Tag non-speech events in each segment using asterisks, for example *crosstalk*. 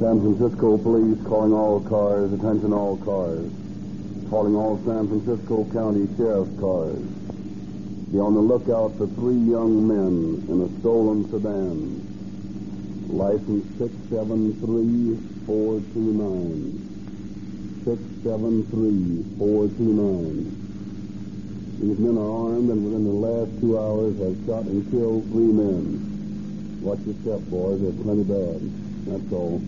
San Francisco Police calling all cars, attention all cars. Calling all San Francisco County Sheriff cars. Be on the lookout for three young men in a stolen sedan. License 673429. 673-429. These men are armed and within the last two hours have shot and killed three men. Watch your step, boys. They're plenty bad. That's all.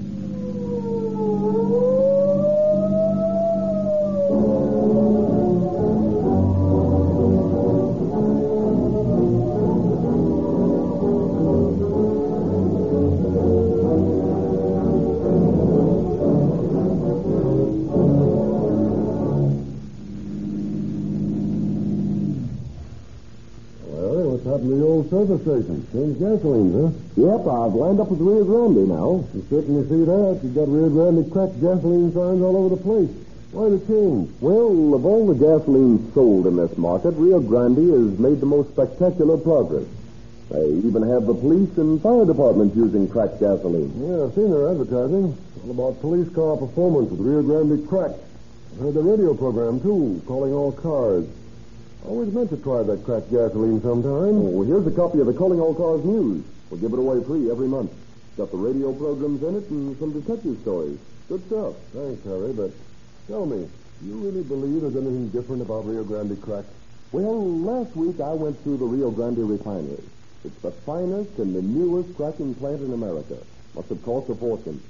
Well, what's happened to the old service station? Change gasoline, huh? Yep, I've lined up with Rio Grande now. You certainly see that. You've got Rio Grande cracked gasoline signs all over the place. Why the change? Well, of all the gasoline sold in this market, Rio Grande has made the most spectacular progress. They even have the police and fire departments using cracked gasoline. Yeah, I've seen their advertising. All about police car performance with Rio Grande cracked. I heard the radio program, too, calling all cars. Always meant to try that cracked gasoline sometime. Oh, here's a copy of the Calling All Cars News. We'll give it away free every month. Got the radio programs in it and some detective stories. Good stuff. Thanks, Harry, but tell me, do you really believe there's anything different about Rio Grande crack? Well, last week I went through the Rio Grande refinery. It's the finest and the newest cracking plant in America. Must have cost a fortune.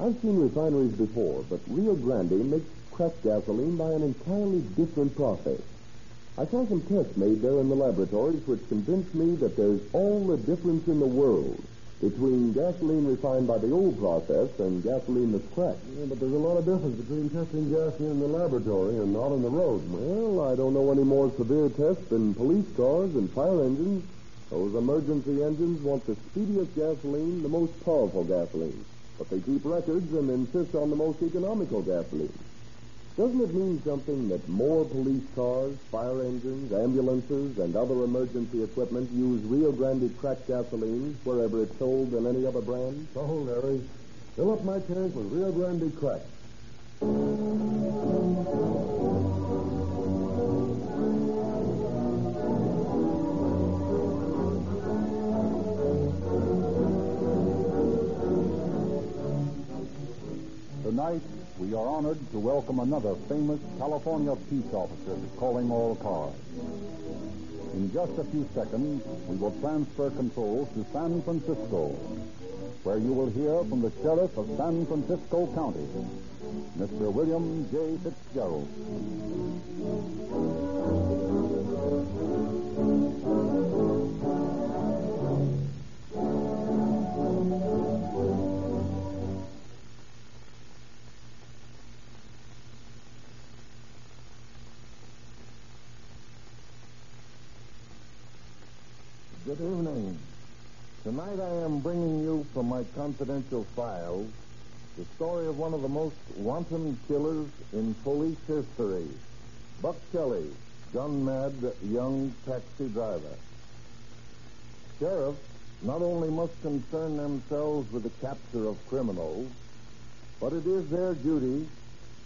I've seen refineries before, but Rio Grande makes cracked gasoline by an entirely different process. I saw some tests made there in the laboratories which convinced me that there's all the difference in the world between gasoline refined by the old process and gasoline that's cracked. Yeah, but there's a lot of difference between testing gasoline in the laboratory and out on the road. Well, I don't know any more severe tests than police cars and fire engines. Those emergency engines want the speediest gasoline, the most powerful gasoline. But they keep records and insist on the most economical gasoline. Doesn't it mean something that more police cars, fire engines, ambulances, and other emergency equipment use Rio Grande cracked gasoline wherever it's sold than any other brand? So, Oh, Larry, fill up my tank with Rio Grande cracked. Tonight, we are honored to welcome another famous California peace officer to calling all cars. In just a few seconds, we will transfer control to San Francisco, where you will hear from the sheriff of San Francisco County, Mr. William J. Fitzgerald. Good evening. Tonight I am bringing you from my confidential files the story of one of the most wanton killers in police history Buck Kelly, gun mad young taxi driver. Sheriffs not only must concern themselves with the capture of criminals, but it is their duty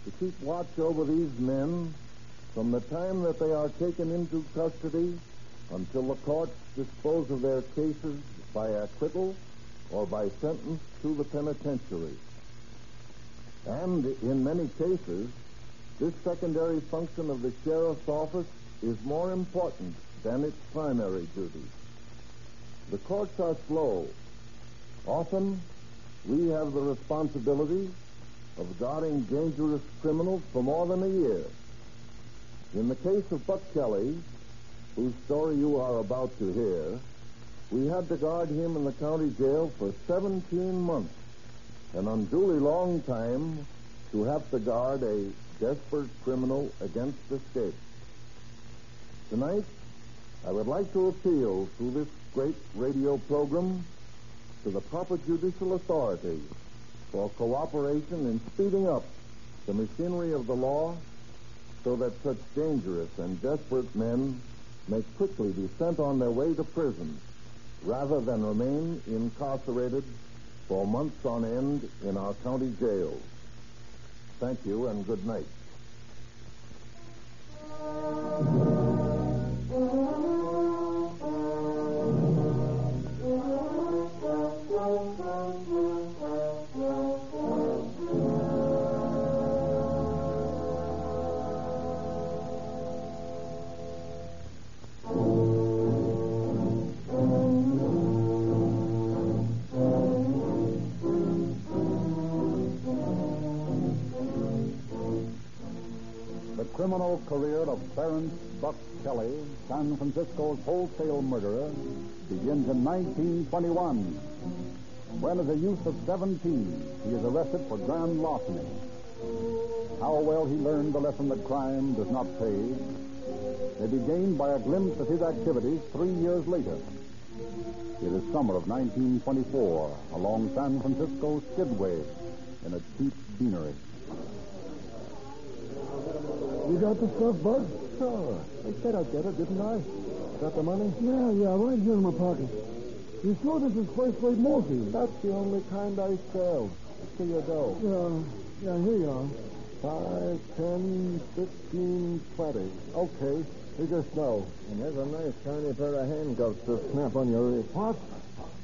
to keep watch over these men from the time that they are taken into custody until the courts dispose of their cases by acquittal or by sentence to the penitentiary. And in many cases, this secondary function of the sheriff's office is more important than its primary duty. The courts are slow. Often, we have the responsibility of guarding dangerous criminals for more than a year. In the case of Buck Kelly, whose story you are about to hear, we had to guard him in the county jail for 17 months, an unduly long time to have to guard a desperate criminal against the state. Tonight, I would like to appeal through this great radio program to the proper judicial authorities for cooperation in speeding up the machinery of the law so that such dangerous and desperate men may quickly be sent on their way to prison rather than remain incarcerated for months on end in our county jails. Thank you and good night. The criminal career of Clarence Buck Kelly, San Francisco's wholesale murderer, begins in 1921. When, as a youth of 17, he is arrested for grand larceny. How well he learned the lesson that crime does not pay may be gained by a glimpse of his activities three years later. It is summer of 1924 along San Francisco's Skidway in a cheap deanery. You got the stuff, Bud? Sure. I said I'd get it, didn't I? Got the money? Yeah, yeah, right here in my pocket. You sure this is first rate morphine? That's the only kind I sell. Here you go. Yeah, yeah, here you are. Five, ten, fifteen, twenty. Okay. Here's your snow. And here's a nice tiny pair of handcuffs to snap on your wrist. What?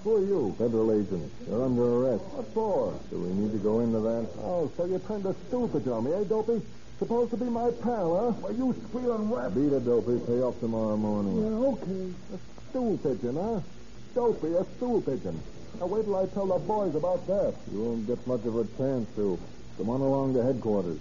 Who are you? Federal agent. You're under arrest. What for? Do we need to go into that? Oh, so you're kind of stupid on me, eh, Dopey? Supposed to be my pal, huh? Well, you squealing rat. Beat it, Dopey. Pay off tomorrow morning. Yeah, okay. A stool pigeon, huh? Dopey, a stool pigeon. Now wait till I tell the boys about that. You won't get much of a chance to. Come on along to headquarters.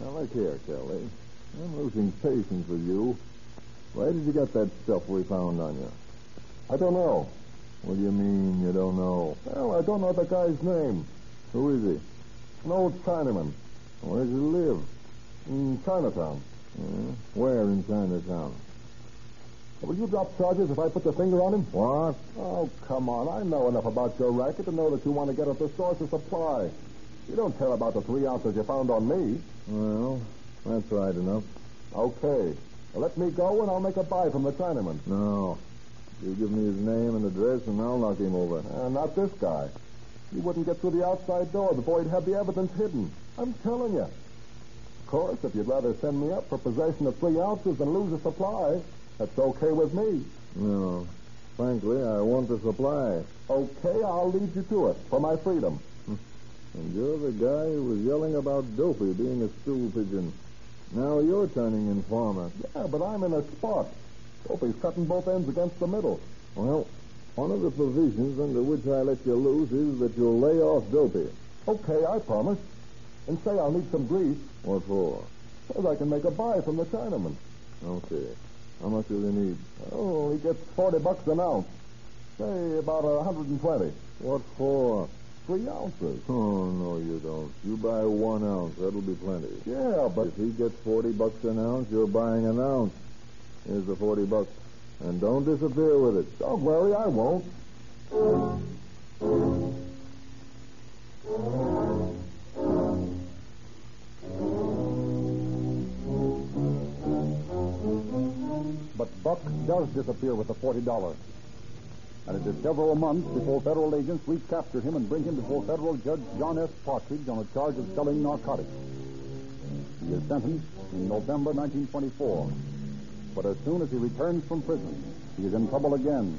Now look here, Kelly. I'm losing patience with you. Where did you get that stuff we found on you? I don't know. What do you mean you don't know? Well, I don't know the guy's name. Who is he? An old Chinaman. Where does he live? In Chinatown. Where in Chinatown? Will you drop charges if I put the finger on him? What? Oh, come on. I know enough about your racket to know that you want to get at the source of supply. You don't care about the three ounces you found on me. Well, that's right enough. Okay. Well, let me go, and I'll make a buy from the Chinaman. No. You give me his name and address, and I'll knock him over. Uh, not this guy. He wouldn't get through the outside door before he'd have the evidence hidden. I'm telling you. Of course, if you'd rather send me up for possession of three ounces than lose a supply, that's okay with me. e- No. Frankly, I want the supply. Okay, I'll lead you to it for my freedom. And you're the guy who was yelling about Dopey being a stool pigeon. Now you're turning informer. Yeah, but I'm in a spot. Dopey's cutting both ends against the middle. Well, one of the provisions under which I let you loose is that you'll lay off Dopey. Okay, I promise. And say I'll need some grease. What for? So that I can make a buy from the Chinaman. Okay. How much do they need? Oh, he gets 40 bucks an ounce. Say, about a 120. What for? Three ounces. Oh, no, you don't. You buy one ounce. That'll be plenty. Yeah, but... If he gets 40 bucks an ounce, you're buying an ounce. Here's the 40 bucks. And don't disappear with it. Don't worry, I won't. But Buck does disappear with the $40. And it is several months before federal agents recapture him and bring him before federal judge John S. Partridge on a charge of selling narcotics. He is sentenced in November 1924. But as soon as he returns from prison, he is in trouble again.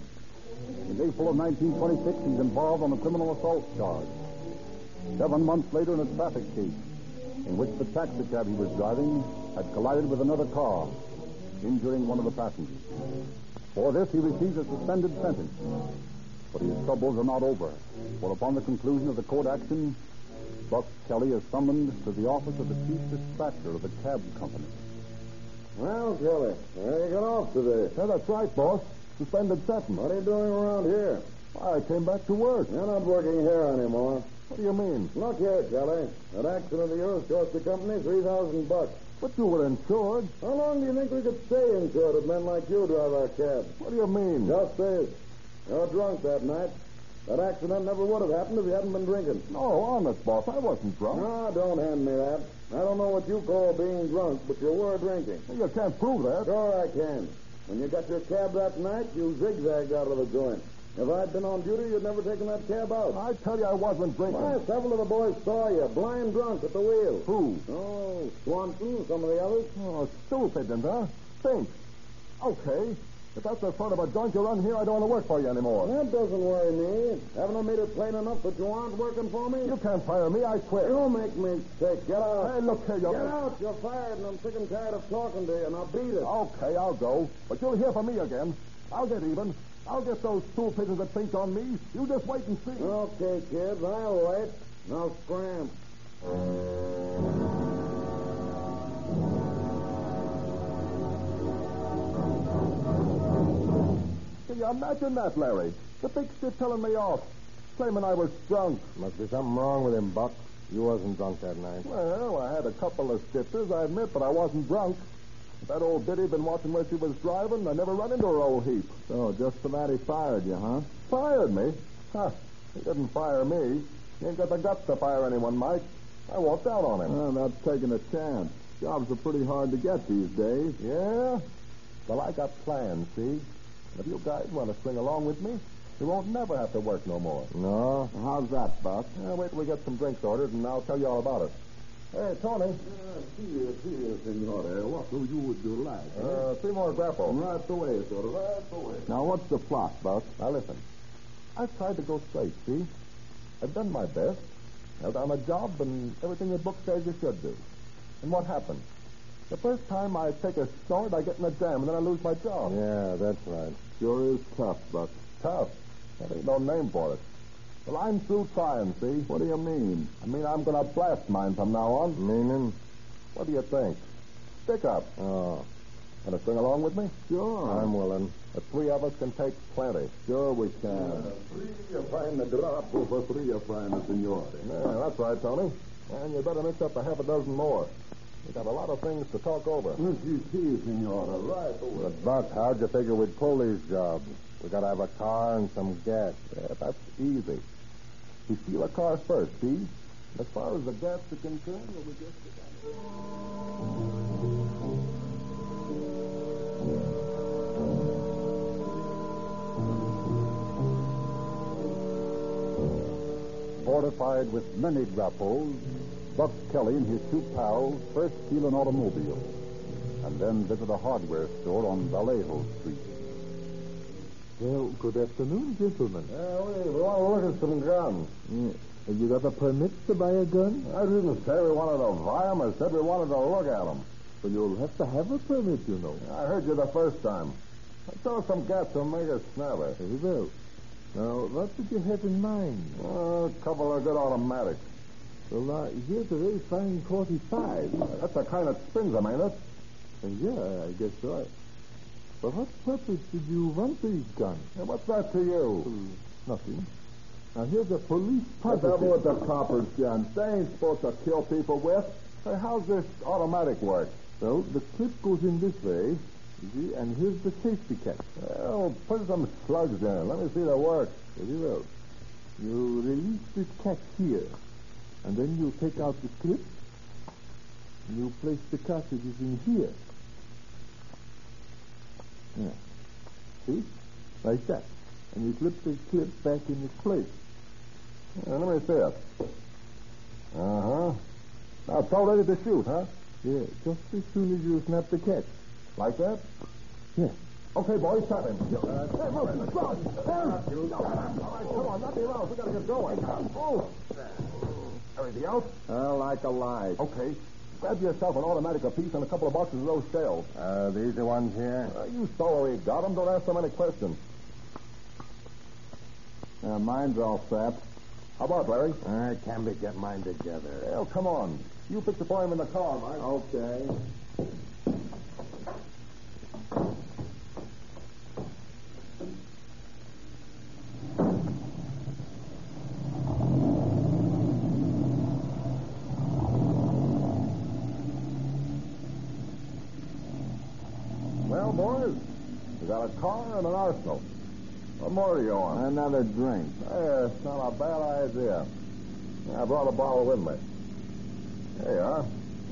In April of 1926, he's involved on a criminal assault charge. Seven months later, in a traffic case, in which the taxicab he was driving had collided with another car, injuring one of the passengers. For this, he receives a suspended sentence. But his troubles are not over, for upon the conclusion of the court action, Buck Kelly is summoned to the office of the chief dispatcher of the cab company. Well, Kelly, where you got off today? Yeah, that's right, boss. Suspended sentence. What are you doing around here? I came back to work. You're not working here anymore. What do you mean? Look here, Kelly. That accident of yours cost the company three thousand bucks. But you were insured. How long do you think we could stay insured if men like you drive our cab? What do you mean? Just this. You're drunk that night. That accident never would have happened if you hadn't been drinking. No, honest, boss. I wasn't drunk. Ah, don't hand me that. I don't know what you call being drunk, but you were drinking. You can't prove that. Sure I can. When you got your cab that night, you zigzagged out of the joint. If I'd been on duty, you'd never taken that cab out. I tell you, I wasn't drinking. Why, several of the boys saw you, blind drunk at the wheel. Who? Oh, Swanson, some of the others. Oh, stupid, and huh? Think. Okay. If that's the sort of a joint you run here, I don't want to work for you anymore. That doesn't worry me. Haven't I made it plain enough that you aren't working for me? You can't fire me, I quit. You make me sick. Get out. Hey, look here, you... Get out. You're fired, and I'm sick and tired of talking to you, and I'll beat it. Okay, I'll go. But you'll hear from me again. I'll get even. I'll get those stool pigeons that think on me. You just wait and see. Okay, kids, I'll wait. Now scram. Can you imagine that, Larry? The big stiff telling me off, claiming I was drunk. Must be something wrong with him, Buck. You wasn't drunk that night. Well, I had a couple of stiffers, I admit, but I wasn't drunk. That old biddy been watching where she was driving. I never run into her old heap. So, just for that, he fired you, huh? Fired me? Huh. He didn't fire me. He ain't got the guts to fire anyone, Mike. I walked out on him. Well, that's taking a chance. Jobs are pretty hard to get these days. Yeah? Well, I got plans, see? If you guys want to sing along with me, you won't never have to work no more. No? How's that, Buck? Now, wait till we get some drinks ordered, and I'll tell you all about it. Hey, Tony. Uh, Here, here, senora. What do you would do like? eh? Uh, three more grapple. Right away, sir. Right away. Now, what's the plot, Buck? Now, listen. I've tried to go straight, see? I've done my best. Held down a job and everything the book says you should do. And what happened? The first time I take a snort, I get in a jam, and then I lose my job. Yeah, that's right. Sure is tough, Buck. Tough. That ain't no name for it. Well, I'm through trying, see? What do you mean? I mean, I'm going to blast mine from now on. Meaning? What do you think? Stick up. Oh, Want to sing along with me? sure. I'm willing. The three of us can take plenty. sure we can. uh, Free a fine drop for free a fine, signore. Yeah, that's right, Tony. And you better mix up a half a dozen more. We got a lot of things to talk over. You see, senora, right away. But, Buck, how'd you figure we'd pull these jobs? We gotta have a car and some gas. Yeah, that's easy. We steal a car first, see? As far as the gas is concerned, well, we just... Fortified with many grapples, Buck Kelly and his two pals first steal an automobile and then visit a hardware store on Vallejo Street. Well, good afternoon, gentlemen. Yeah, we, we want to look at some guns. Have you got a permit to buy a gun? I didn't say we wanted to buy 'em. I said we wanted to look at 'em. Well, you'll have to have a permit, you know. I heard you the first time. I throw some gas to make a snapper. Very well. Now, what did you have in mind? Oh, a couple of good automatics. Well, uh, here's a very fine 45. Uh, That's the kind that spins 'em, ain't it? yeah, I guess so. For what purpose did you want these guns? Now, what's that to you? Nothing. Now, here's a police What's up positive. with the coppers, John? They ain't supposed to kill people with. Hey, how's this automatic work? Well, the clip goes in this way, you see, and here's the safety catch. Well, put some slugs in it. Let me see the work. Very well. You release this catch here, and then you take out the clip. and You place the cartridges in here. Yeah. See? Like that. And you clip the clip back in its place. Yeah, let me see it. Uh huh. Now it's all ready to shoot, huh? Yeah, just as soon as you snap the catch. Like that? Yeah. Okay, boys, stop him. Uh, hey, Wilson, stop! Stop! All right, come on, nothing else. We gotta get going. Oh! Everything else? Uh, like a lie. Okay. Grab yourself an automatic apiece and a couple of boxes of those shells. Uh, these are ones here? Uh, you saw where he got 'em. Don't ask so many questions. Uh, mine's all sapped. How about Larry? I can't be get mine together. Well, come on. You fix it for him in the car, Mike. Okay. Well, boys, we got a car and an arsenal. What more do you want? Another drink. Hey, it's not a bad idea. I brought a bottle with me. There you are.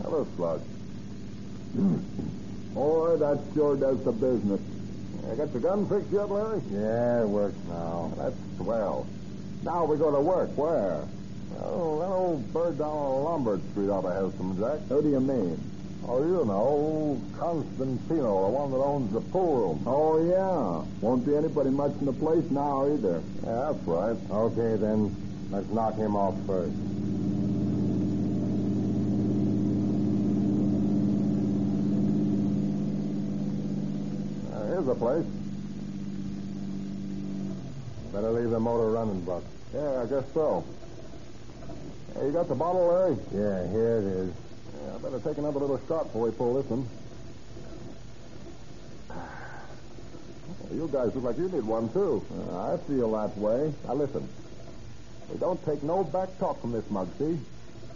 Have a slug. *clears throat* Boy, that sure does the business. I got your gun fixed yet, Larry? Yeah, it works now. That's swell. Now we go to work. Where? Oh, that old bird down on Lombard Street ought to have some, Jack. Who do you mean? Oh, you know, Constantino, the one that owns the pool room. Oh, yeah. Won't be anybody much in the place now either. Yeah, that's right. Okay, then. Let's knock him off first. Uh, here's the place. Better leave the motor running, Buck. Yeah, I guess so. Hey, you got the bottle, Larry? Yeah, here it is. Yeah, I better take another little shot before we pull this one. *sighs* You guys look like you need one, too. Uh, I feel that way. Now, listen. We don't take no back talk from this mug, see?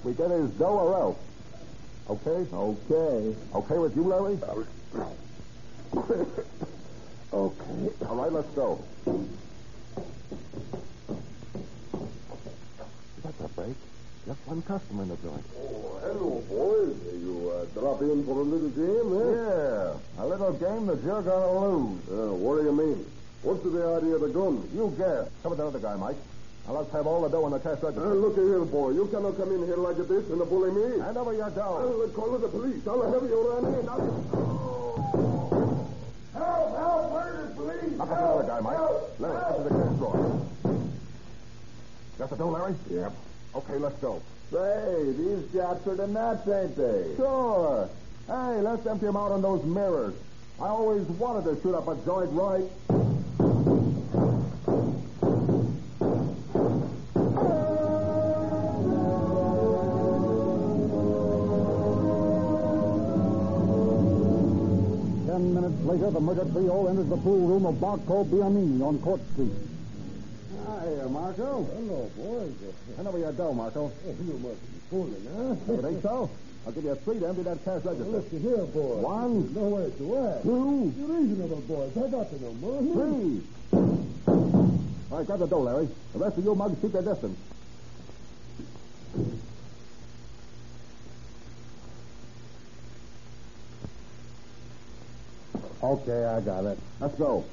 We get his dough or else. Okay? Okay. Okay with you, Larry? *coughs* Okay. All right, let's go. That's a break. Just one customer in the joint. Oh, hello, boys. You uh, drop in for a little game, eh? Yeah. A little game that you're going to lose. Uh, what do you mean? What's the idea of the gun? You guess. Come with another guy, Mike. Now, let's have all the dough in the cash register. Uh, look here, boy. You cannot come in here like this and bully me. Hand over your dough. I'll call the police. I'll have you run in. I'll... Help! Help! Murder! Police! Up with another guy, Mike. Larry, up to the cash drawer. Got the dough, Larry? Yep. Okay, let's go. Say, these chaps are the nuts, ain't they? Sure. Hey, let's empty him out on those mirrors. I always wanted to shoot up a joint right. Ten minutes later, the murder trio enters the pool room of Barco Bianini on Court Street. Hi, uh, Marco. Hello, boys. Hand over your dough, Marco. Oh, You must be fooling, huh? You think so? I'll give you a three to empty that cash register. Listen here, boys. One, No way to act. two, You're reasonable, boys. I got to know more. three. All right, grab the dough, Larry. The rest of you mugs keep their distance. Okay, I got it. Let's go.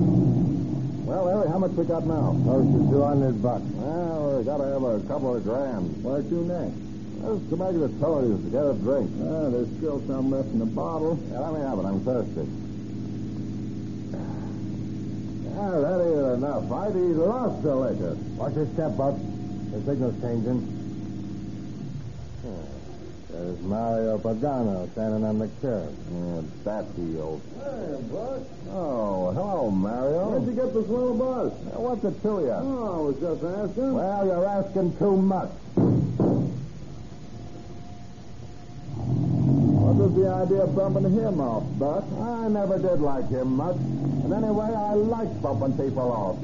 Well, Larry, how much we got now? Close to 200 bucks. Well, we gotta have a couple of grand. Where to next? Let's go back to the Tullies to get a drink. Ah, there's still some left in the bottle. Yeah, let me have it. I'm thirsty. Yeah, Ah, that ain't enough. I'd eat lots of liquor. Watch your step, Buck. The signal's changing. Hmm. There's Mario Pagano standing on the curb. Yeah, Uh, that deal. Hey, Bud. Oh, hello, Mario. Where'd you get this little buzz? Uh, What's it to you? Oh, I was just asking. Well, you're asking too much. What was the idea of bumping him off, Buck? I never did like him much. And anyway, I like bumping people off.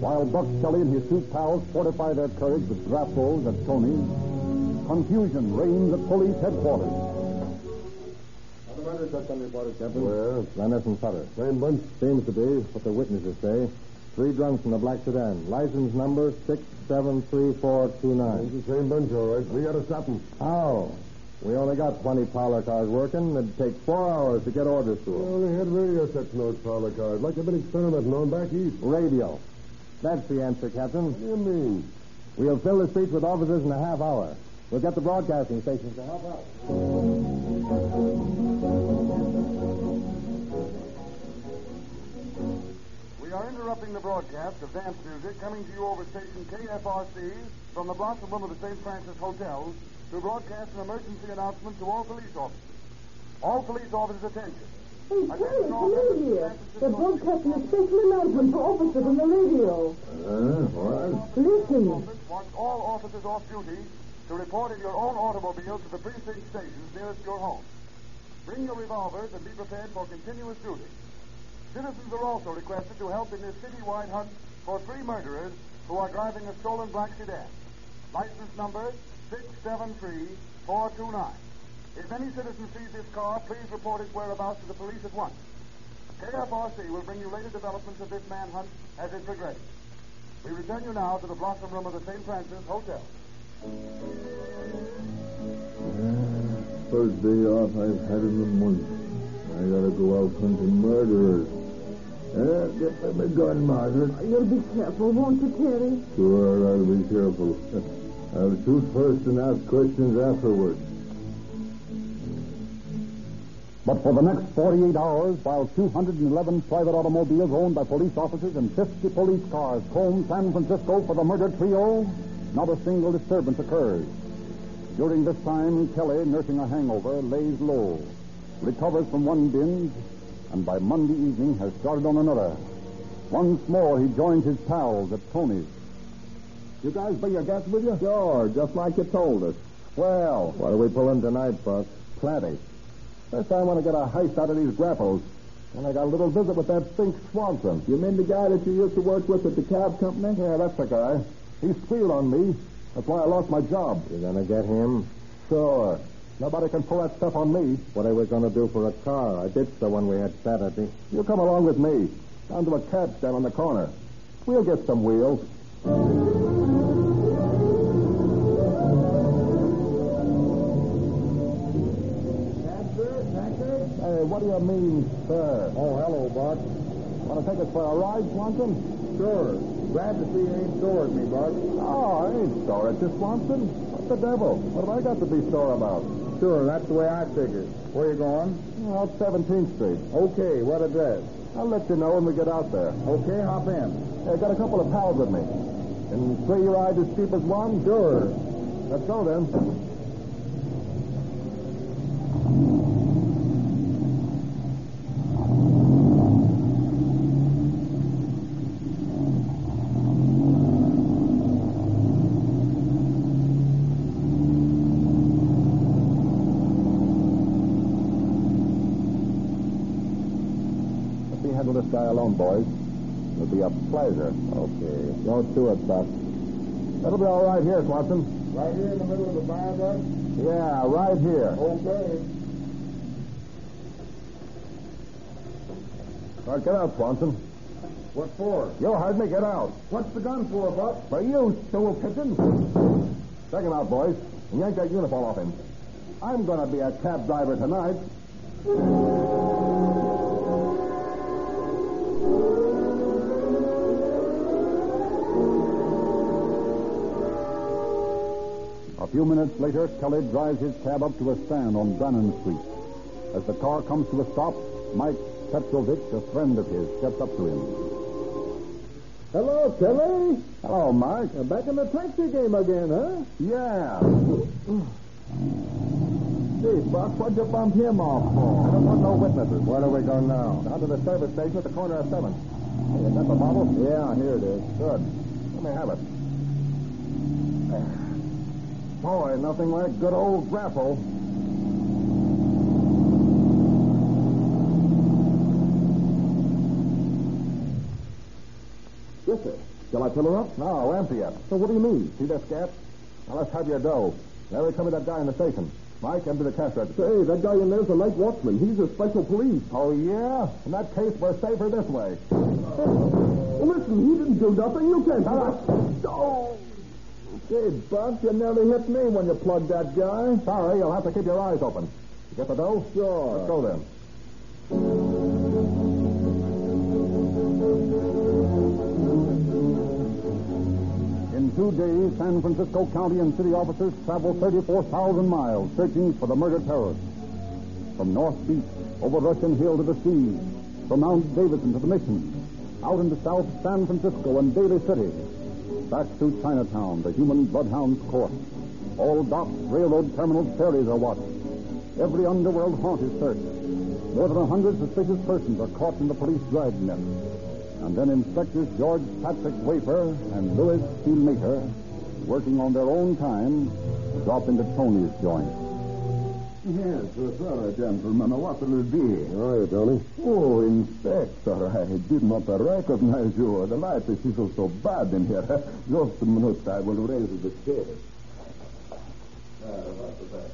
While Buck Kelly and his two pals fortify their courage with grapples and Tony's, confusion reigns at police headquarters. What about it, that anybody, Captain? Well, Leonard and Sutter. Same bunch. Seems to be what the witnesses say. Three drunks in the black sedan. License number 6734429. It's the same bunch, all right. We gotta stop 'em. How? We only got 20 parlor cars working. It'd take four hours to get orders We through. only had radio sets in those parlor cars, like they've been experimenting on back east. Radio. That's the answer, Captain. What do you mean? We'll fill the streets with officers in a half hour. We'll get the broadcasting stations to help out. We are interrupting the broadcast of dance music coming to you over station KFRC from the Blossom Room of the St. Francis Hotel to broadcast an emergency announcement to all police officers. All police officers, attention. Hey, Jerry, come in here. They're broadcasting a special announcement for officers on the radio. Listen. Officers want all officers off duty to report in your own automobile to the precinct stations nearest your home. Bring your revolvers and be prepared for continuous duty. Citizens are also requested to help in this citywide hunt for three murderers who are driving a stolen black sedan. License number 673429. If any citizen sees this car, please report its whereabouts to the police at once. KFRC will bring you later developments of this manhunt as it progresses. We return you now to the Blossom Room of the St. Francis Hotel. First day off I've had in a month. I gotta go out hunting murderers. Uh, get me my gun, Margaret. You'll be careful, won't you, Terry? Sure, I'll be careful. *laughs* I'll shoot first and ask questions afterwards. But for the next 48 hours, while 211 private automobiles owned by police officers and 50 police cars comb San Francisco for the murder trio, not a single disturbance occurs. During this time, Kelly, nursing a hangover, lays low, recovers from one binge, and by Monday evening has started on another. Once more, he joins his pals at Tony's. You guys bring your gas with you? Sure, just like you told us. Well, What are we pulling tonight, Buck? plenty. First, I want to get a heist out of these grapples. And I got a little visit with that Fink Swanson. You mean the guy that you used to work with at the cab company? Yeah, that's the guy. He squealed on me. That's why I lost my job. You're gonna get him? Sure. Nobody can pull that stuff on me. What are we gonna do for a car? I ditched the one we had Saturday. You come along with me. Down to a cab stand on the corner. We'll get some wheels. Hey, what do you mean, sir? Oh, hello, Buck. Want to take us for a ride, Swanson? Sure. Glad to see you ain't sore at me, Buck. Oh, I ain't sore at you, Swanson. What the devil? What have I got to be sore about? Sure, that's the way I figured. Where you going? Out 17th Street. Okay, what address? I'll let you know when we get out there. Okay, hop in. I got a couple of pals with me. Can three ride as cheap as one? Sure. Let's go then. Let me handle this guy alone, boys. It'll be a pleasure. Okay. Don't do it, Buck. That'll be all right here, Swanson. Right here in the middle of the viaduct? Yeah, right here. Okay. All right, get out, Swanson. What for? You heard me. Get out. What's the gun for, Buck? For you, stool pigeon. Check him out, boys. And yank that uniform off him. I'm going to be a cab driver tonight. A few minutes later, Kelly drives his cab up to a stand on Brannan Street. As the car comes to a stop, Mike Petrovich, a friend of his, steps up to him. Hello, Kelly. Hello, Mike. You're back in the taxi game again, huh? *sighs* Yeah. Hey, Buck, what'd you bump him off for? I don't want no witnesses. Where do we go now? Down to the service station at the corner of 7th. Hey, you got the bottle? Yeah, here it is. Good. Let me have it. Boy, nothing like good old grapple. Yes, sir. Shall I fill her up? No, empty it. So what do you mean? See this gap? Now let's have your dough. Larry, come with that guy in the station. Mike, empty the cash register. Say, that guy in there's a late watchman. He's a special police. Oh, yeah? In that case, we're safer this way. *laughs* Listen, he didn't do nothing. You can't. Shut up. Oh. Hey, Buck, you nearly hit me when you plugged that guy. Sorry, you'll have to keep your eyes open. You get the dough? Sure. Let's go then. In two days, San Francisco County and city officers travel 34,000 miles searching for the murder terrorist. From North Beach, over Russian Hill to the sea, from Mount Davidson to the Mission, out into South San Francisco and Daly City, back through Chinatown, the human bloodhound's course. All docks, railroad terminals, ferries are watched. Every underworld haunt is searched. More than a hundred suspicious persons are caught in the police dragnet. And then Inspectors George Patrick Wafer and Louis Steelmaker, working on their own time, drop into Tony's joint. Yes, sir, sir, gentlemen. What will it be? How are you, Tony? Oh, Inspector, I did not recognize you. The light is so, so bad in here. *laughs* Just a minute, I will raise the stairs. Ah, what a bad-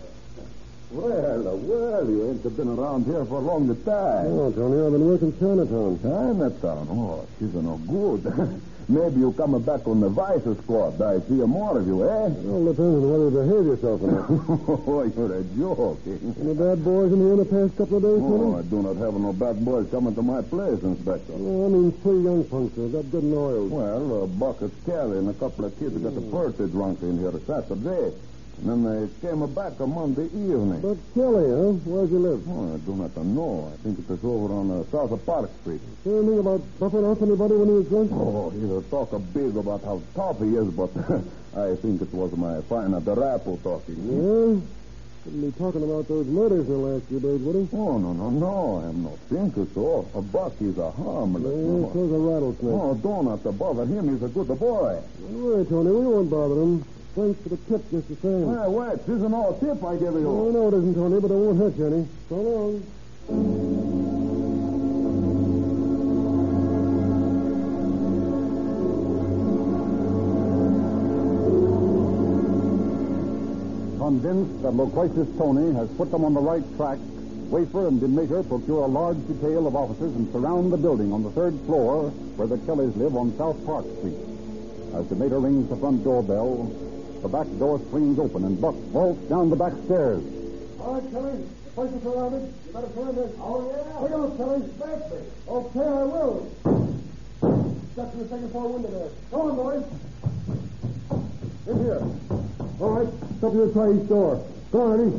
Well, well, you ain't been around here for a long time. Oh, Tony, I've been working Chinatown. Chinatown. Oh, she's no good. *laughs* Maybe you come back on the vice squad. I see more of you, eh? *laughs* It all depends on whether you behave yourself or not. *laughs* oh, you're a joke. Any bad boys in here in the past couple of days, Oh, Tony? I do not have no bad boys coming to my place, Inspector. Oh, I mean three young punks that got good and oiled. Well, uh, a bucket Kelly and a couple of kids got the birthday drunk in here Saturday. And then they came back on Monday evening. But Kelly, huh? Where'd you live? Oh, I do not know. I think it was over on uh, South of Park Street. Say anything about buffing off anybody when he was drunk? Oh, he'll talk a big about how tough he is, but *laughs* I think it was my fine at the Rapple talking. Yeah? Couldn't be talking about those murders in the last few days, would he? Oh, no, no, no. I'm not thinking so. A buck is a harmless. Yeah, Oh, so's a rattlesnake. oh, don't have to bother him. He's a good boy. Don't worry, Tony. We won't bother him. Thanks for the tip just the same. Hey, wait. This is an old tip I give Oh, you. no, it isn't, Tony, but it won't hurt you any. So long. Convinced that loquacious Tony has put them on the right track, Wafer and DeMaker procure a large detail of officers and surround the building on the third floor where the Kellys live on South Park Street. As DeMaker rings the front doorbell, the back door swings open and Buck vaults down the back stairs. All right, Kelly. The place is surrounded. You better turn this. Oh, yeah? Take a look, Kelly. Back me. Okay, I will. Step to the second floor window there. Come on, boys. In here. All right. Step to the tray door. Go on, Eddie.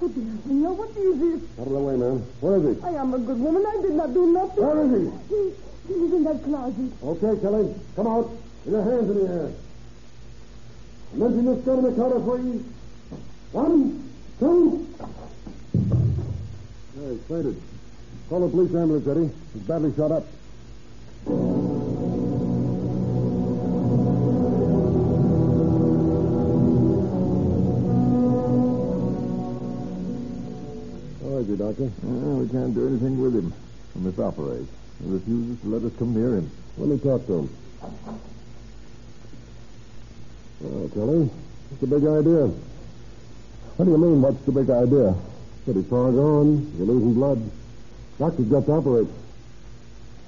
Good Lord, now what is this? Out of the way, man. Where is he? I am a good woman. I did not do nothing. Where is he? He, he is in that closet. Okay, Kelly. Come out. With your hands in the air. Lindsay, let's go to the counter for you. One, two. Very excited. Call the police ambulance, Eddie. He's badly shot up. How is he, Doctor? Well, Uh, we can't do anything with him. He must operate. He refuses to let us come near him. Let me talk to him. Well, Kelly, what's the big idea? What do you mean, what's the big idea? Pretty far gone. You're losing blood. Doctor's got to operate.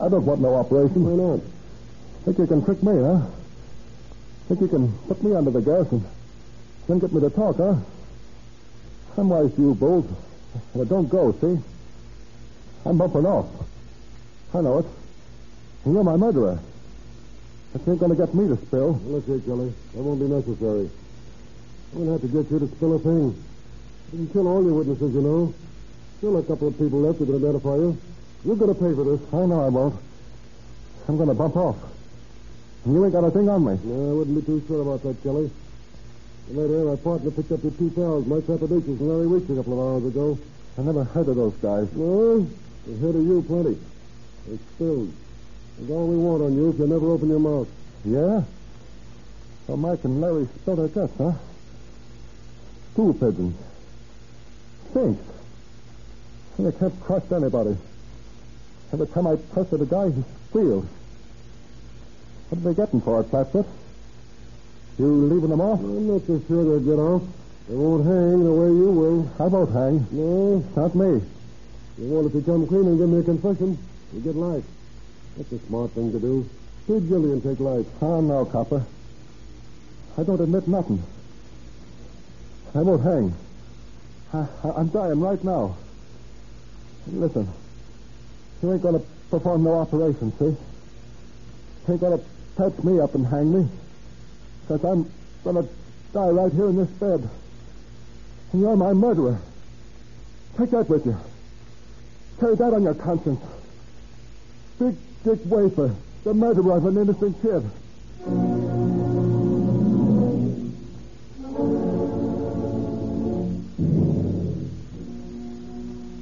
I don't want no operation. Why not? Think you can trick me, huh? Think you can put me under the gas and then get me to talk, huh? I'm wise to you, Bolt. And I don't go, see? I'm bumping off. I know it. And You're my murderer. That ain't going to get me to spill. Look here, Kelly. That won't be necessary. I won't have to get you to spill a thing. You can kill all your witnesses, you know. Still a couple of people left who can identify you. You're going to pay for this. I know I won't. I'm going to bump off. You ain't got a thing on me. No, I wouldn't be too sure about that, Kelly. Later, my partner picked up your two pals, Mike Papadakis and Larry Weeks, a couple of hours ago. I never heard of those guys. No? They heard of you plenty. They spilled. That's all we want on you if you never open your mouth. Yeah? Well, Mike and Larry spilled their guts, huh? Stool pigeons. Stinks. And They can't trust anybody. Every time I trusted a guy, he squealed. What are they getting for it, Flatfoot? You leaving them off? I'm not so sure they'll get off. They won't hang the way you will. I won't hang. No, not me. You won't if you come clean and give me a confession. You get life. That's a smart thing to do. Sue Gillian take life. Oh, no, copper. I don't admit nothing. I won't hang. I, I, am dying right now. Listen, you ain't going to perform no operation, see? You ain't going to patch me up and hang me. Because I'm going to die right here in this bed. And you're my murderer. Take that with you. Carry that on your conscience. Big Dick Wafer, the murderer of an innocent kid.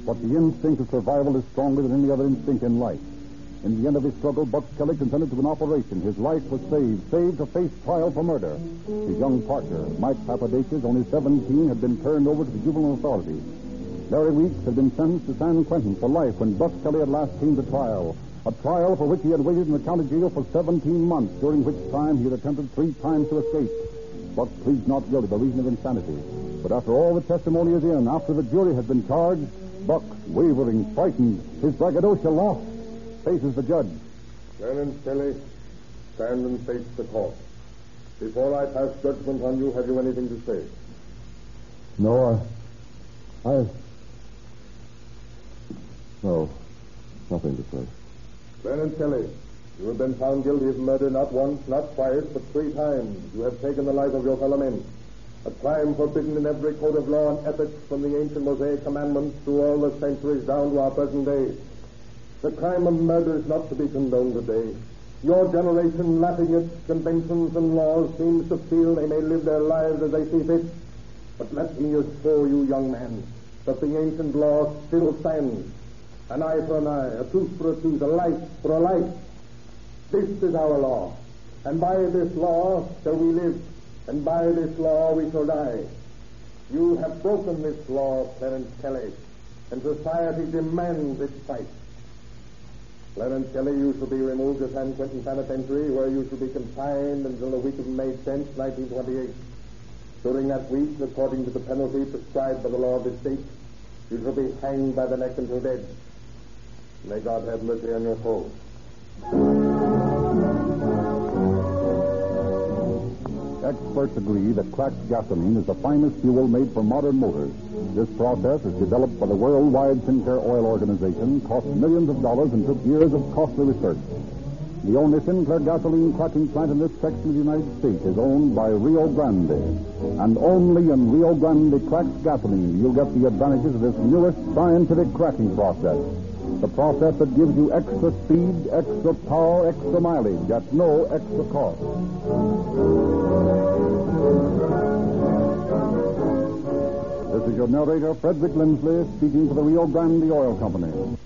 But the instinct of survival is stronger than any other instinct in life. In the end of his struggle, Buck Kelly consented to an operation. His life was saved, saved to face trial for murder. His young partner, Mike Papadakis, only 17, had been turned over to the juvenile authorities. Larry Weeks had been sentenced to San Quentin for life when Buck Kelly at last came to trial. A trial for which he had waited in the county jail for 17 months, during which time he had attempted three times to escape. Buck pleads not guilty by reason of insanity. But after all the testimony is in, after the jury has been charged, Buck, wavering, frightened, his braggadocio lost, faces the judge. Shannon Kelly, stand and face the court. Before I pass judgment on you, have you anything to say? No, I. I. No, nothing to say. Shannon Kelly, you have been found guilty of murder not once, not twice, but three times. You have taken the life of your fellow men. A crime forbidden in every code of law and ethics from the ancient Mosaic commandments through all the centuries down to our present day. The crime of murder is not to be condoned today. Your generation, lapping its conventions and laws, seems to feel they may live their lives as they see fit. But let me assure you, young man, that the ancient law still stands. An eye for an eye, a tooth for a tooth, a life for a life. This is our law. And by this law shall we live, and by this law we shall die. You have broken this law, Clarence Kelly, and society demands its fight. Clarence Kelly, you shall be removed to San Quentin Penitentiary, where you shall be confined until the week of May 10th, 1928. During that week, according to the penalty prescribed by the law of the state, you shall be hanged by the neck until dead. May God have mercy on your soul. Experts agree that cracked gasoline is the finest fuel made for modern motors. This process is developed by the worldwide Sinclair Oil Organization, cost millions of dollars, and took years of costly research. The only Sinclair gasoline cracking plant in this section of the United States is owned by Rio Grande. And only in Rio Grande cracked gasoline you'll get the advantages of this newest scientific cracking process. The process that gives you extra speed, extra power, extra mileage at no extra cost. This is your narrator, Frederick Lindsley, speaking for the Rio Grande Oil Company.